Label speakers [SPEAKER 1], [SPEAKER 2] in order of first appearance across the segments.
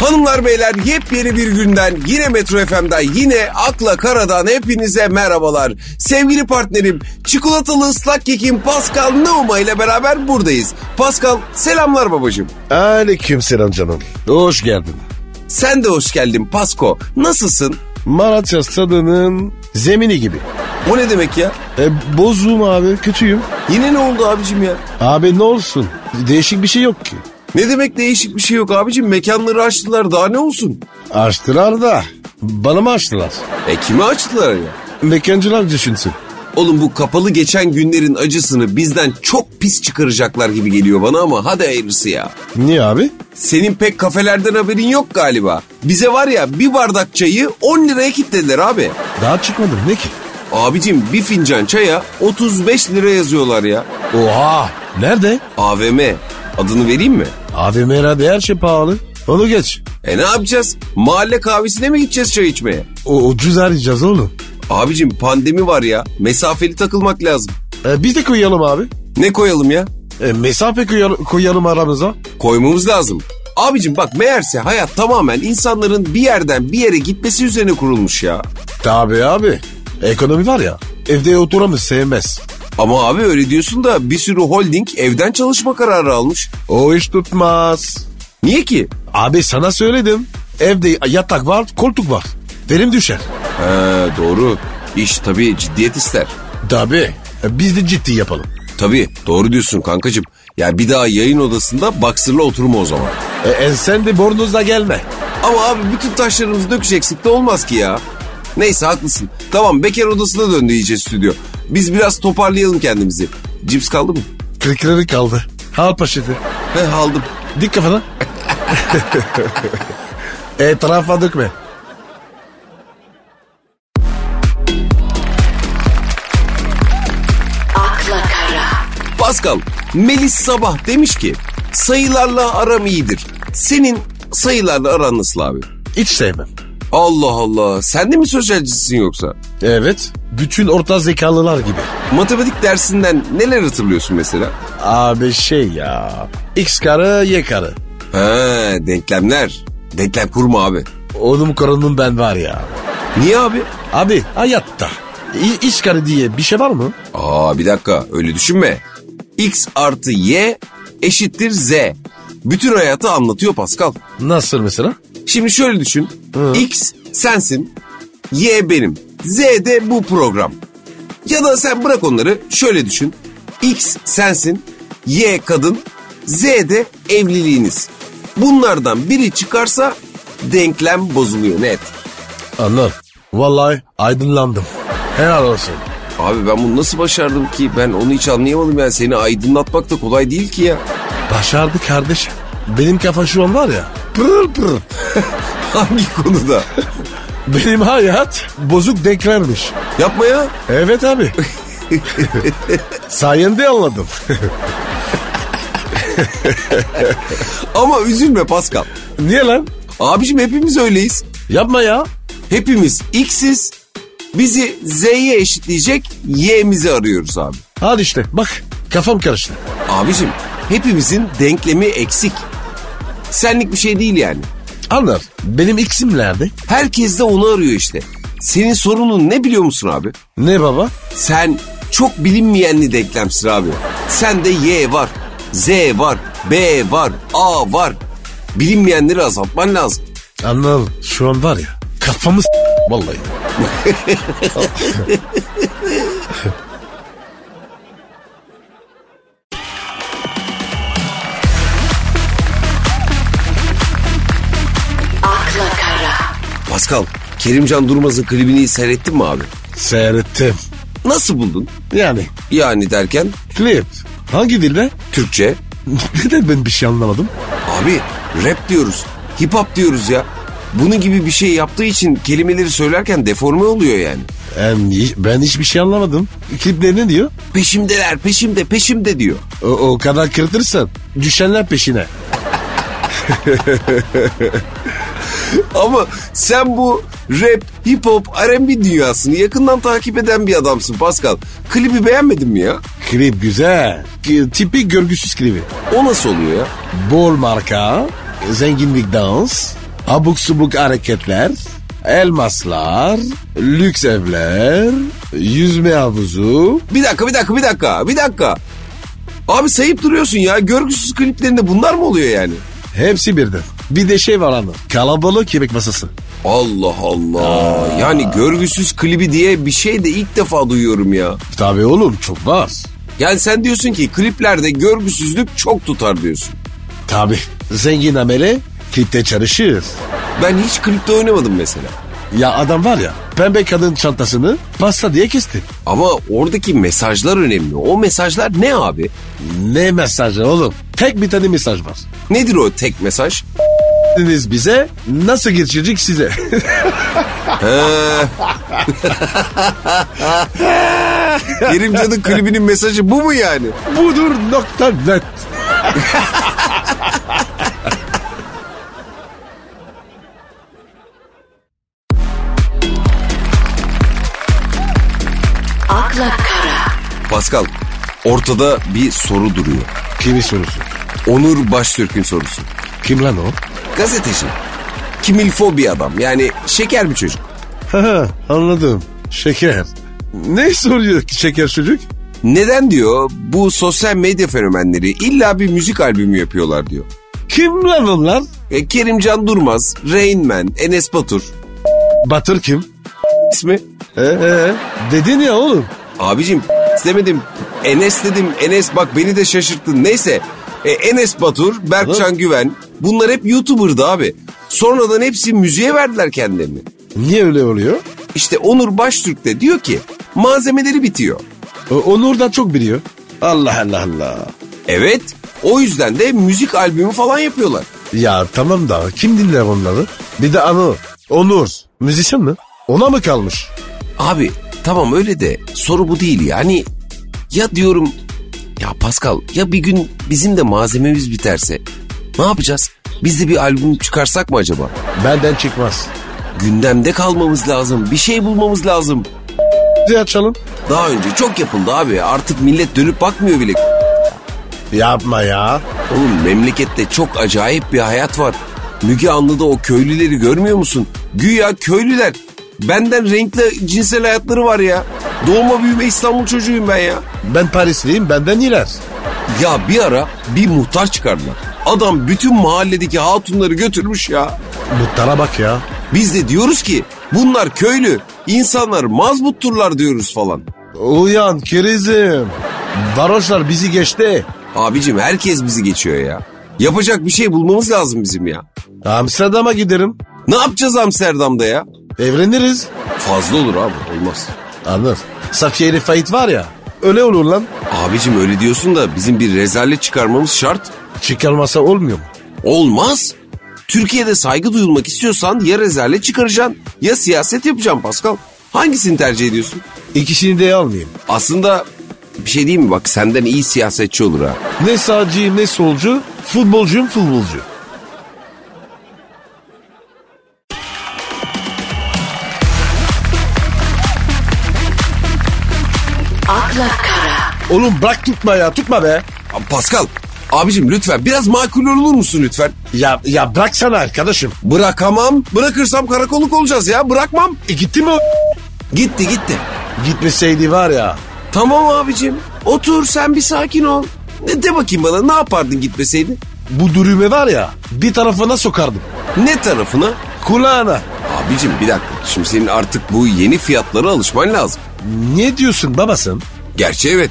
[SPEAKER 1] Hanımlar beyler yepyeni bir günden yine Metro FM'den yine Akla Kara'dan hepinize merhabalar. Sevgili partnerim çikolatalı ıslak kekim Pascal Nauma ile beraber buradayız. Pascal selamlar babacığım.
[SPEAKER 2] Aleyküm selam canım. Hoş geldin.
[SPEAKER 1] Sen de hoş geldin Pasko. Nasılsın?
[SPEAKER 2] Malatya stadının zemini gibi.
[SPEAKER 1] O ne demek ya?
[SPEAKER 2] E, bozuğum abi kötüyüm.
[SPEAKER 1] Yine ne oldu abicim ya?
[SPEAKER 2] Abi ne olsun değişik bir şey yok ki.
[SPEAKER 1] Ne demek değişik bir şey yok abicim mekanları açtılar daha ne olsun?
[SPEAKER 2] Açtılar da bana mı açtılar?
[SPEAKER 1] E kimi açtılar ya?
[SPEAKER 2] Mekancılar düşünsün.
[SPEAKER 1] Oğlum bu kapalı geçen günlerin acısını bizden çok pis çıkaracaklar gibi geliyor bana ama hadi hayırlısı ya.
[SPEAKER 2] Niye abi?
[SPEAKER 1] Senin pek kafelerden haberin yok galiba. Bize var ya bir bardak çayı 10 liraya kitlediler abi.
[SPEAKER 2] Daha çıkmadım ne ki?
[SPEAKER 1] Abicim bir fincan çaya 35 lira yazıyorlar ya.
[SPEAKER 2] Oha nerede?
[SPEAKER 1] AVM adını vereyim mi?
[SPEAKER 2] Abi herhalde her şey pahalı. Onu geç.
[SPEAKER 1] E ne yapacağız? Mahalle kahvesine mi gideceğiz çay içmeye?
[SPEAKER 2] O ucuz arayacağız oğlum.
[SPEAKER 1] Abicim pandemi var ya. Mesafeli takılmak lazım.
[SPEAKER 2] E, biz de koyalım abi.
[SPEAKER 1] Ne koyalım ya?
[SPEAKER 2] E, mesafe koyalım, koyalım aramıza.
[SPEAKER 1] Koymamız lazım. Abicim bak meğerse hayat tamamen insanların bir yerden bir yere gitmesi üzerine kurulmuş ya.
[SPEAKER 2] Tabii abi. Ekonomi var ya evde oturamaz sevmez.
[SPEAKER 1] Ama abi öyle diyorsun da bir sürü holding evden çalışma kararı almış.
[SPEAKER 2] O iş tutmaz.
[SPEAKER 1] Niye ki?
[SPEAKER 2] Abi sana söyledim. Evde yatak var, koltuk var. Verim düşer.
[SPEAKER 1] He Ee, doğru. İş tabii ciddiyet ister.
[SPEAKER 2] Tabii. E, Biz de ciddi yapalım.
[SPEAKER 1] Tabii doğru diyorsun kankacığım. Ya bir daha yayın odasında baksırla oturma o zaman.
[SPEAKER 2] E, e, sen de bornozla gelme.
[SPEAKER 1] Ama abi bütün taşlarımızı dökeceksek de olmaz ki ya. Neyse haklısın. Tamam bekar odasına döndü iyice stüdyo. Biz biraz toparlayalım kendimizi. Cips kaldı mı?
[SPEAKER 2] Kırıkları kaldı. Hal paşeti.
[SPEAKER 1] He aldım.
[SPEAKER 2] Dik kafana. Etrafa dökme.
[SPEAKER 3] Akla Kara.
[SPEAKER 1] Pascal, Melis Sabah demiş ki sayılarla aram iyidir. Senin sayılarla aran nasıl abi?
[SPEAKER 2] Hiç sevmem.
[SPEAKER 1] Allah Allah. Sen de mi sosyalcisin yoksa?
[SPEAKER 2] Evet. Bütün orta zekalılar gibi.
[SPEAKER 1] Matematik dersinden neler hatırlıyorsun mesela?
[SPEAKER 2] Abi şey ya. X karı Y karı.
[SPEAKER 1] Ha, denklemler. Denklem kurma abi.
[SPEAKER 2] Onun korunun ben var ya.
[SPEAKER 1] Niye abi?
[SPEAKER 2] Abi hayatta. i- iş karı diye bir şey var mı?
[SPEAKER 1] Aa bir dakika öyle düşünme. X artı Y eşittir Z. Bütün hayatı anlatıyor Pascal.
[SPEAKER 2] Nasıl mesela?
[SPEAKER 1] Şimdi şöyle düşün.
[SPEAKER 2] Hı.
[SPEAKER 1] X sensin. Y benim. Z de bu program. Ya da sen bırak onları şöyle düşün. X sensin. Y kadın. Z de evliliğiniz. Bunlardan biri çıkarsa denklem bozuluyor net.
[SPEAKER 2] Anladım. Vallahi aydınlandım. Helal olsun.
[SPEAKER 1] Abi ben bunu nasıl başardım ki? Ben onu hiç anlayamadım yani. Seni aydınlatmak da kolay değil ki ya.
[SPEAKER 2] Başardı kardeşim. Benim kafa şu an var ya. Pırıl pırıl.
[SPEAKER 1] Hangi konuda?
[SPEAKER 2] Benim hayat bozuk denklermiş.
[SPEAKER 1] Yapma ya.
[SPEAKER 2] Evet abi. Sayende anladım.
[SPEAKER 1] Ama üzülme Pascal.
[SPEAKER 2] Niye lan?
[SPEAKER 1] Abicim hepimiz öyleyiz.
[SPEAKER 2] Yapma ya.
[SPEAKER 1] Hepimiz X'iz. Bizi Z'ye eşitleyecek Y'mizi arıyoruz abi.
[SPEAKER 2] Hadi işte bak kafam karıştı.
[SPEAKER 1] Abicim hepimizin denklemi eksik. Senlik bir şey değil yani.
[SPEAKER 2] Anlar benim iksim nerede?
[SPEAKER 1] Herkes de onu arıyor işte. Senin sorunun ne biliyor musun abi?
[SPEAKER 2] Ne baba?
[SPEAKER 1] Sen çok bilinmeyenli denklemsin abi. Sende Y var, Z var, B var, A var. Bilinmeyenleri azaltman lazım.
[SPEAKER 2] Anladım şu an var ya kafamı s- vallahi.
[SPEAKER 3] Akla Kara.
[SPEAKER 1] Pascal, Kerimcan Durmaz'ın klibini seyrettin mi abi?
[SPEAKER 2] Seyrettim.
[SPEAKER 1] Nasıl buldun?
[SPEAKER 2] Yani
[SPEAKER 1] Yani derken
[SPEAKER 2] klip hangi dilde?
[SPEAKER 1] Türkçe.
[SPEAKER 2] Neden ben bir şey anlamadım?
[SPEAKER 1] Abi rap diyoruz, hip hop diyoruz ya. Bunun gibi bir şey yaptığı için kelimeleri söylerken deforme oluyor yani.
[SPEAKER 2] Ben, ben hiçbir şey anlamadım. Klipler ne diyor?
[SPEAKER 1] Peşimdeler, peşimde, peşimde diyor.
[SPEAKER 2] O, o kadar kırıtırsan düşenler peşine.
[SPEAKER 1] Ama sen bu rap, hip hop, R&B dünyasını yakından takip eden bir adamsın Pascal. Klibi beğenmedin mi ya?
[SPEAKER 2] Klip güzel. Ki- Tipi görgüsüz klibi.
[SPEAKER 1] O nasıl oluyor ya?
[SPEAKER 2] Bol marka, zenginlik dans, Abuk subuk hareketler, elmaslar, lüks evler, yüzme havuzu.
[SPEAKER 1] Bir dakika bir dakika bir dakika bir dakika. Abi sayıp duruyorsun ya. Görgüsüz kliplerinde bunlar mı oluyor yani?
[SPEAKER 2] Hepsi birden. Bir de şey var anı. Kalabalık yemek masası.
[SPEAKER 1] Allah Allah. Yani görgüsüz klibi diye bir şey de ilk defa duyuyorum ya.
[SPEAKER 2] Tabii oğlum çok var.
[SPEAKER 1] Yani sen diyorsun ki kliplerde görgüsüzlük çok tutar diyorsun.
[SPEAKER 2] Tabii. Zengin amele klipte çalışır.
[SPEAKER 1] Ben hiç klipte oynamadım mesela.
[SPEAKER 2] Ya adam var ya pembe kadın çantasını pasta diye kesti.
[SPEAKER 1] Ama oradaki mesajlar önemli. O mesajlar ne abi?
[SPEAKER 2] Ne mesajı oğlum? Tek bir tane mesaj var.
[SPEAKER 1] Nedir o tek mesaj?
[SPEAKER 2] Dediniz bize nasıl geçirecek size.
[SPEAKER 1] Kerim Can'ın klibinin mesajı bu mu yani?
[SPEAKER 2] Budur nokta net.
[SPEAKER 3] akla kara,
[SPEAKER 1] Pascal, ortada bir soru duruyor.
[SPEAKER 2] Kimi sorusu?
[SPEAKER 1] Onur Baştürk'ün sorusu.
[SPEAKER 2] Kim lan o?
[SPEAKER 1] Gazeteci. Kimilfo bir adam. Yani şeker bir çocuk.
[SPEAKER 2] Ha, anladım. Şeker. Ne soruyor ki şeker çocuk?
[SPEAKER 1] Neden diyor bu sosyal medya fenomenleri illa bir müzik albümü yapıyorlar diyor.
[SPEAKER 2] Kim lan onlar?
[SPEAKER 1] E, Kerimcan Durmaz, Rain Man, Enes Batur.
[SPEAKER 2] Batır kim?
[SPEAKER 1] İsmi?
[SPEAKER 2] Ee, ee, dedin ya oğlum.
[SPEAKER 1] Abicim istemedim. Enes dedim. Enes bak beni de şaşırttın. Neyse. E, Enes Batur, Berkcan Güven. Bunlar hep YouTuber'dı abi. Sonradan hepsi müziğe verdiler kendilerini.
[SPEAKER 2] Niye öyle oluyor?
[SPEAKER 1] İşte Onur Baştürk de diyor ki malzemeleri bitiyor.
[SPEAKER 2] O- Onur da çok biliyor. Allah Allah Allah.
[SPEAKER 1] Evet o yüzden de müzik albümü falan yapıyorlar.
[SPEAKER 2] Ya tamam da kim dinler onları? Bir de Anıl. Onur. Müzisyen mi? Ona mı kalmış?
[SPEAKER 1] Abi tamam öyle de soru bu değil yani. Ya diyorum ya Pascal ya bir gün bizim de malzememiz biterse ne yapacağız? Biz de bir albüm çıkarsak mı acaba?
[SPEAKER 2] Benden çıkmaz.
[SPEAKER 1] Gündemde kalmamız lazım. Bir şey bulmamız lazım.
[SPEAKER 2] Bizi açalım.
[SPEAKER 1] Daha önce çok yapıldı abi. Artık millet dönüp bakmıyor bile.
[SPEAKER 2] Yapma ya.
[SPEAKER 1] Oğlum memlekette çok acayip bir hayat var. Müge Anlı'da o köylüleri görmüyor musun? Güya köylüler. Benden renkli cinsel hayatları var ya. Doğma büyüme İstanbul çocuğuyum ben ya.
[SPEAKER 2] Ben Parisliyim benden iler.
[SPEAKER 1] Ya bir ara bir muhtar çıkardılar. Adam bütün mahalledeki hatunları götürmüş ya.
[SPEAKER 2] Muhtara bak ya.
[SPEAKER 1] Biz de diyoruz ki bunlar köylü. İnsanlar mazbutturlar diyoruz falan.
[SPEAKER 2] Uyan kerizim. Varoşlar bizi geçti.
[SPEAKER 1] Abicim herkes bizi geçiyor ya. Yapacak bir şey bulmamız lazım bizim ya.
[SPEAKER 2] Amsterdam'a giderim.
[SPEAKER 1] Ne yapacağız Amsterdam'da ya?
[SPEAKER 2] Evleniriz.
[SPEAKER 1] Fazla olur abi olmaz.
[SPEAKER 2] Anır. Safiye ile Fahit var ya. Öyle olur lan.
[SPEAKER 1] Abicim öyle diyorsun da bizim bir rezalet çıkarmamız şart.
[SPEAKER 2] Çıkarmasa olmuyor mu?
[SPEAKER 1] Olmaz. Türkiye'de saygı duyulmak istiyorsan ya rezalet çıkaracaksın ya siyaset yapacaksın Pascal. Hangisini tercih ediyorsun?
[SPEAKER 2] İkisini de almayayım.
[SPEAKER 1] Aslında bir şey diyeyim mi? Bak senden iyi siyasetçi olur ha.
[SPEAKER 2] Ne sağcıyım ne solcu. Futbolcuyum futbolcu.
[SPEAKER 3] akla kara,
[SPEAKER 2] Oğlum bırak tutma ya tutma be.
[SPEAKER 1] Ya Pascal, abicim lütfen biraz makul olur musun lütfen?
[SPEAKER 2] Ya, ya bıraksana arkadaşım.
[SPEAKER 1] Bırakamam. Bırakırsam karakolluk olacağız ya. Bırakmam.
[SPEAKER 2] E gitti mi o?
[SPEAKER 1] Gitti gitti.
[SPEAKER 2] Gitmeseydi var ya.
[SPEAKER 1] Tamam abicim. Otur sen bir sakin ol. De, de bakayım bana ne yapardın gitmeseydin?
[SPEAKER 2] Bu dürüme var ya bir tarafına sokardım.
[SPEAKER 1] Ne tarafına?
[SPEAKER 2] Kulağına.
[SPEAKER 1] Abicim bir dakika. Şimdi senin artık bu yeni fiyatlara alışman lazım.
[SPEAKER 2] Ne diyorsun babasın?
[SPEAKER 1] Gerçi evet.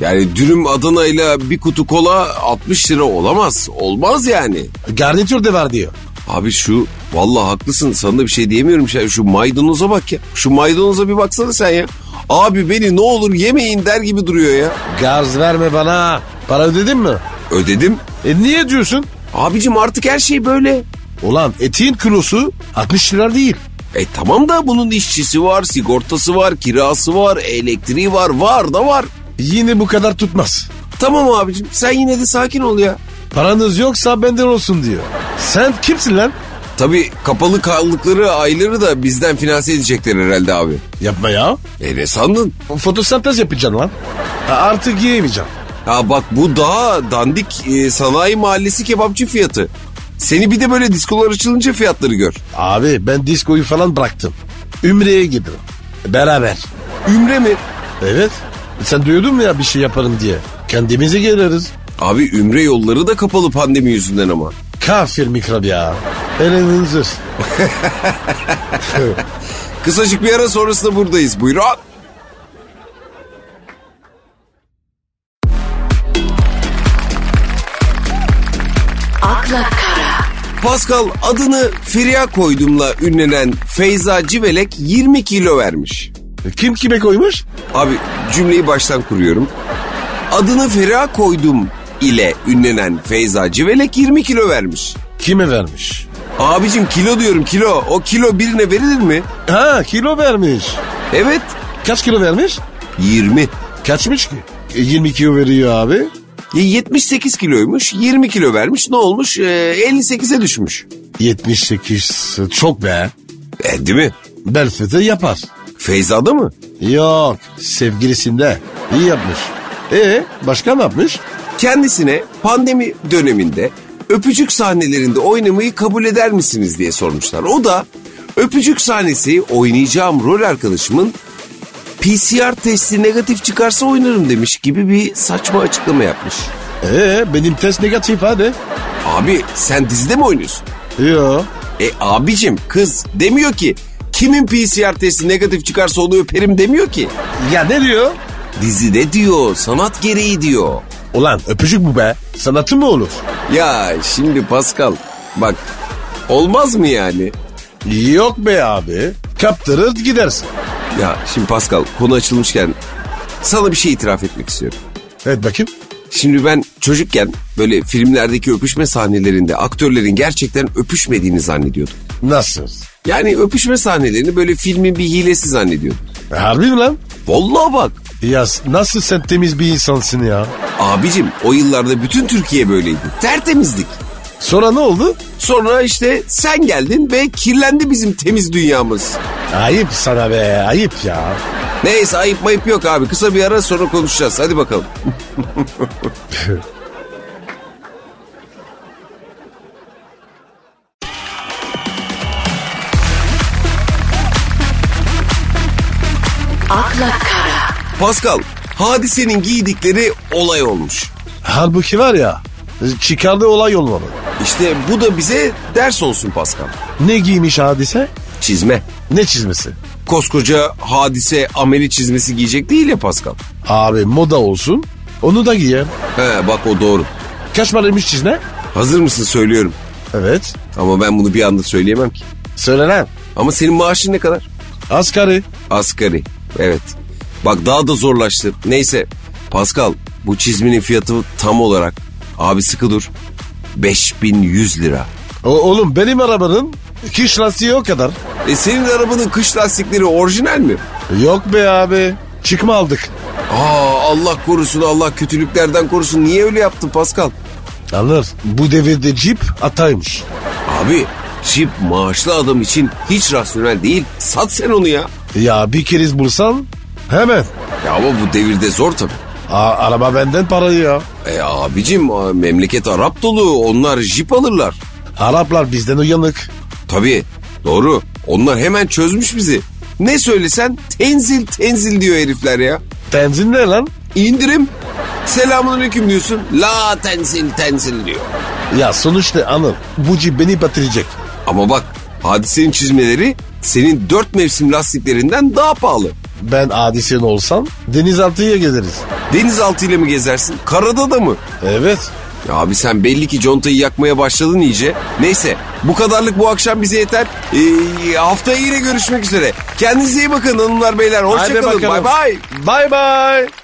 [SPEAKER 1] Yani dürüm Adana ile bir kutu kola 60 lira olamaz. Olmaz yani.
[SPEAKER 2] Garnitür de var diyor.
[SPEAKER 1] Abi şu vallahi haklısın sana da bir şey diyemiyorum. Şu, şu maydanoza bak ya. Şu maydanoza bir baksana sen ya. Abi beni ne olur yemeyin der gibi duruyor ya.
[SPEAKER 2] Gaz verme bana. Para ödedin mi?
[SPEAKER 1] Ödedim.
[SPEAKER 2] E niye diyorsun?
[SPEAKER 1] Abicim artık her şey böyle.
[SPEAKER 2] Ulan etin kilosu 60 lira değil.
[SPEAKER 1] E tamam da bunun işçisi var, sigortası var, kirası var, elektriği var, var da var.
[SPEAKER 2] Yine bu kadar tutmaz.
[SPEAKER 1] Tamam abicim sen yine de sakin ol ya.
[SPEAKER 2] Paranız yoksa benden olsun diyor. Sen kimsin lan?
[SPEAKER 1] Tabii kapalı kaldıkları ayları da bizden finanse edecekler herhalde abi.
[SPEAKER 2] Yapma ya.
[SPEAKER 1] E ne sandın?
[SPEAKER 2] Fotosentez yapacaksın lan. Ha, Artık yiyemeyeceğim.
[SPEAKER 1] Ha bak bu daha dandik e, sanayi mahallesi kebapçı fiyatı. Seni bir de böyle diskolar açılınca fiyatları gör.
[SPEAKER 2] Abi ben diskoyu falan bıraktım. Ümre'ye gidiyorum. Beraber.
[SPEAKER 1] Ümre mi?
[SPEAKER 2] Evet. Sen diyordun mu ya bir şey yaparım diye. Kendimize geliriz.
[SPEAKER 1] Abi ümre yolları da kapalı pandemi yüzünden ama.
[SPEAKER 2] Kafir mikrop ya. Elin hınzır.
[SPEAKER 1] Kısacık bir ara sonrasında buradayız. Buyurun.
[SPEAKER 3] akla kara,
[SPEAKER 1] Pascal adını Feriha koydumla ünlenen Feyza Civelek 20 kilo vermiş.
[SPEAKER 2] Kim kime koymuş?
[SPEAKER 1] Abi cümleyi baştan kuruyorum. Adını Feriha koydum ile ünlenen Feyza Civelek 20 kilo vermiş.
[SPEAKER 2] Kime vermiş?
[SPEAKER 1] Abicim kilo diyorum kilo. O kilo birine verilir mi?
[SPEAKER 2] Ha kilo vermiş.
[SPEAKER 1] Evet.
[SPEAKER 2] Kaç kilo vermiş?
[SPEAKER 1] 20.
[SPEAKER 2] Kaçmış ki? E, 20 kilo veriyor abi.
[SPEAKER 1] Ya 78 kiloymuş. 20 kilo vermiş. Ne olmuş? Ee, 58'e düşmüş.
[SPEAKER 2] 78 çok be.
[SPEAKER 1] E, değil mi?
[SPEAKER 2] Bel fıtığı yapar.
[SPEAKER 1] Feyza'da mı?
[SPEAKER 2] Yok sevgilisinde. İyi yapmış. E başka ne yapmış?
[SPEAKER 1] Kendisine pandemi döneminde öpücük sahnelerinde oynamayı kabul eder misiniz diye sormuşlar. O da öpücük sahnesi oynayacağım rol arkadaşımın PCR testi negatif çıkarsa oynarım demiş gibi bir saçma açıklama yapmış.
[SPEAKER 2] E benim test negatif hadi.
[SPEAKER 1] Abi sen dizide mi oynuyorsun?
[SPEAKER 2] Yo.
[SPEAKER 1] E abicim kız demiyor ki kimin PCR testi negatif çıkarsa onu öperim demiyor ki.
[SPEAKER 2] Ya ne diyor?
[SPEAKER 1] Dizide diyor sanat gereği diyor.
[SPEAKER 2] Ulan öpücük bu be. Sanatı mı olur?
[SPEAKER 1] Ya şimdi Pascal bak olmaz mı yani?
[SPEAKER 2] Yok be abi. Kaptırır gidersin.
[SPEAKER 1] Ya şimdi Pascal konu açılmışken sana bir şey itiraf etmek istiyorum.
[SPEAKER 2] Evet bakayım.
[SPEAKER 1] Şimdi ben çocukken böyle filmlerdeki öpüşme sahnelerinde aktörlerin gerçekten öpüşmediğini zannediyordum.
[SPEAKER 2] Nasıl?
[SPEAKER 1] Yani öpüşme sahnelerini böyle filmin bir hilesi zannediyordum.
[SPEAKER 2] E, Harbi mi lan?
[SPEAKER 1] Vallahi bak
[SPEAKER 2] Ya nasıl sen temiz bir insansın ya?
[SPEAKER 1] abicim o yıllarda bütün Türkiye böyleydi. Tertemizdik.
[SPEAKER 2] Sonra ne oldu?
[SPEAKER 1] Sonra işte sen geldin ve kirlendi bizim temiz dünyamız.
[SPEAKER 2] Ayıp sana be ayıp ya.
[SPEAKER 1] Neyse ayıp mayıp yok abi. Kısa bir ara sonra konuşacağız. Hadi bakalım.
[SPEAKER 3] akla kara,
[SPEAKER 1] Pascal, hadisenin giydikleri olay olmuş.
[SPEAKER 2] Halbuki var ya çıkardığı olay olmalı.
[SPEAKER 1] İşte bu da bize ders olsun Pascal.
[SPEAKER 2] Ne giymiş hadise?
[SPEAKER 1] Çizme.
[SPEAKER 2] Ne çizmesi?
[SPEAKER 1] Koskoca hadise ameli çizmesi giyecek değil ya Pascal.
[SPEAKER 2] Abi moda olsun onu da giyer.
[SPEAKER 1] He bak o doğru.
[SPEAKER 2] Kaç paraymış çizme?
[SPEAKER 1] Hazır mısın söylüyorum.
[SPEAKER 2] Evet.
[SPEAKER 1] Ama ben bunu bir anda söyleyemem ki.
[SPEAKER 2] Söyle lan.
[SPEAKER 1] Ama senin maaşın ne kadar?
[SPEAKER 2] Asgari.
[SPEAKER 1] Asgari. Evet. Bak daha da zorlaştı. Neyse Pascal bu çizminin fiyatı tam olarak abi sıkı dur. 5100 lira.
[SPEAKER 2] O, oğlum benim arabanın kış lastiği o kadar.
[SPEAKER 1] E senin arabanın kış lastikleri orijinal mi?
[SPEAKER 2] Yok be abi. Çıkma aldık.
[SPEAKER 1] Aa Allah korusun Allah kötülüklerden korusun. Niye öyle yaptın Pascal?
[SPEAKER 2] Anlar. Bu devirde cip ataymış.
[SPEAKER 1] Abi çip maaşlı adam için hiç rasyonel değil. Sat sen onu ya.
[SPEAKER 2] Ya bir keriz bulsan hemen.
[SPEAKER 1] Ya ama bu devirde zor tabii.
[SPEAKER 2] A- araba benden parayı ya.
[SPEAKER 1] E abicim a- memleket Arap dolu onlar jip alırlar.
[SPEAKER 2] Araplar bizden uyanık.
[SPEAKER 1] Tabii doğru onlar hemen çözmüş bizi. Ne söylesen tenzil tenzil diyor herifler ya.
[SPEAKER 2] Tenzin ne lan?
[SPEAKER 1] İndirim selamünaleyküm diyorsun. La tenzil tenzil diyor.
[SPEAKER 2] Ya sonuçta anıl bu cip beni batıracak.
[SPEAKER 1] Ama bak hadisenin çizmeleri senin dört mevsim lastiklerinden daha pahalı.
[SPEAKER 2] Ben adisyen olsam denizaltıya gezeriz.
[SPEAKER 1] Denizaltı ile mi gezersin? Karada da mı?
[SPEAKER 2] Evet.
[SPEAKER 1] Ya Abi sen belli ki contayı yakmaya başladın iyice. Neyse bu kadarlık bu akşam bize yeter. Ee, haftaya yine görüşmek üzere. Kendinize iyi bakın hanımlar beyler.
[SPEAKER 2] Haydi
[SPEAKER 1] Hoşçakalın. Bay
[SPEAKER 2] bakalım.
[SPEAKER 1] bay.
[SPEAKER 2] Bay bay.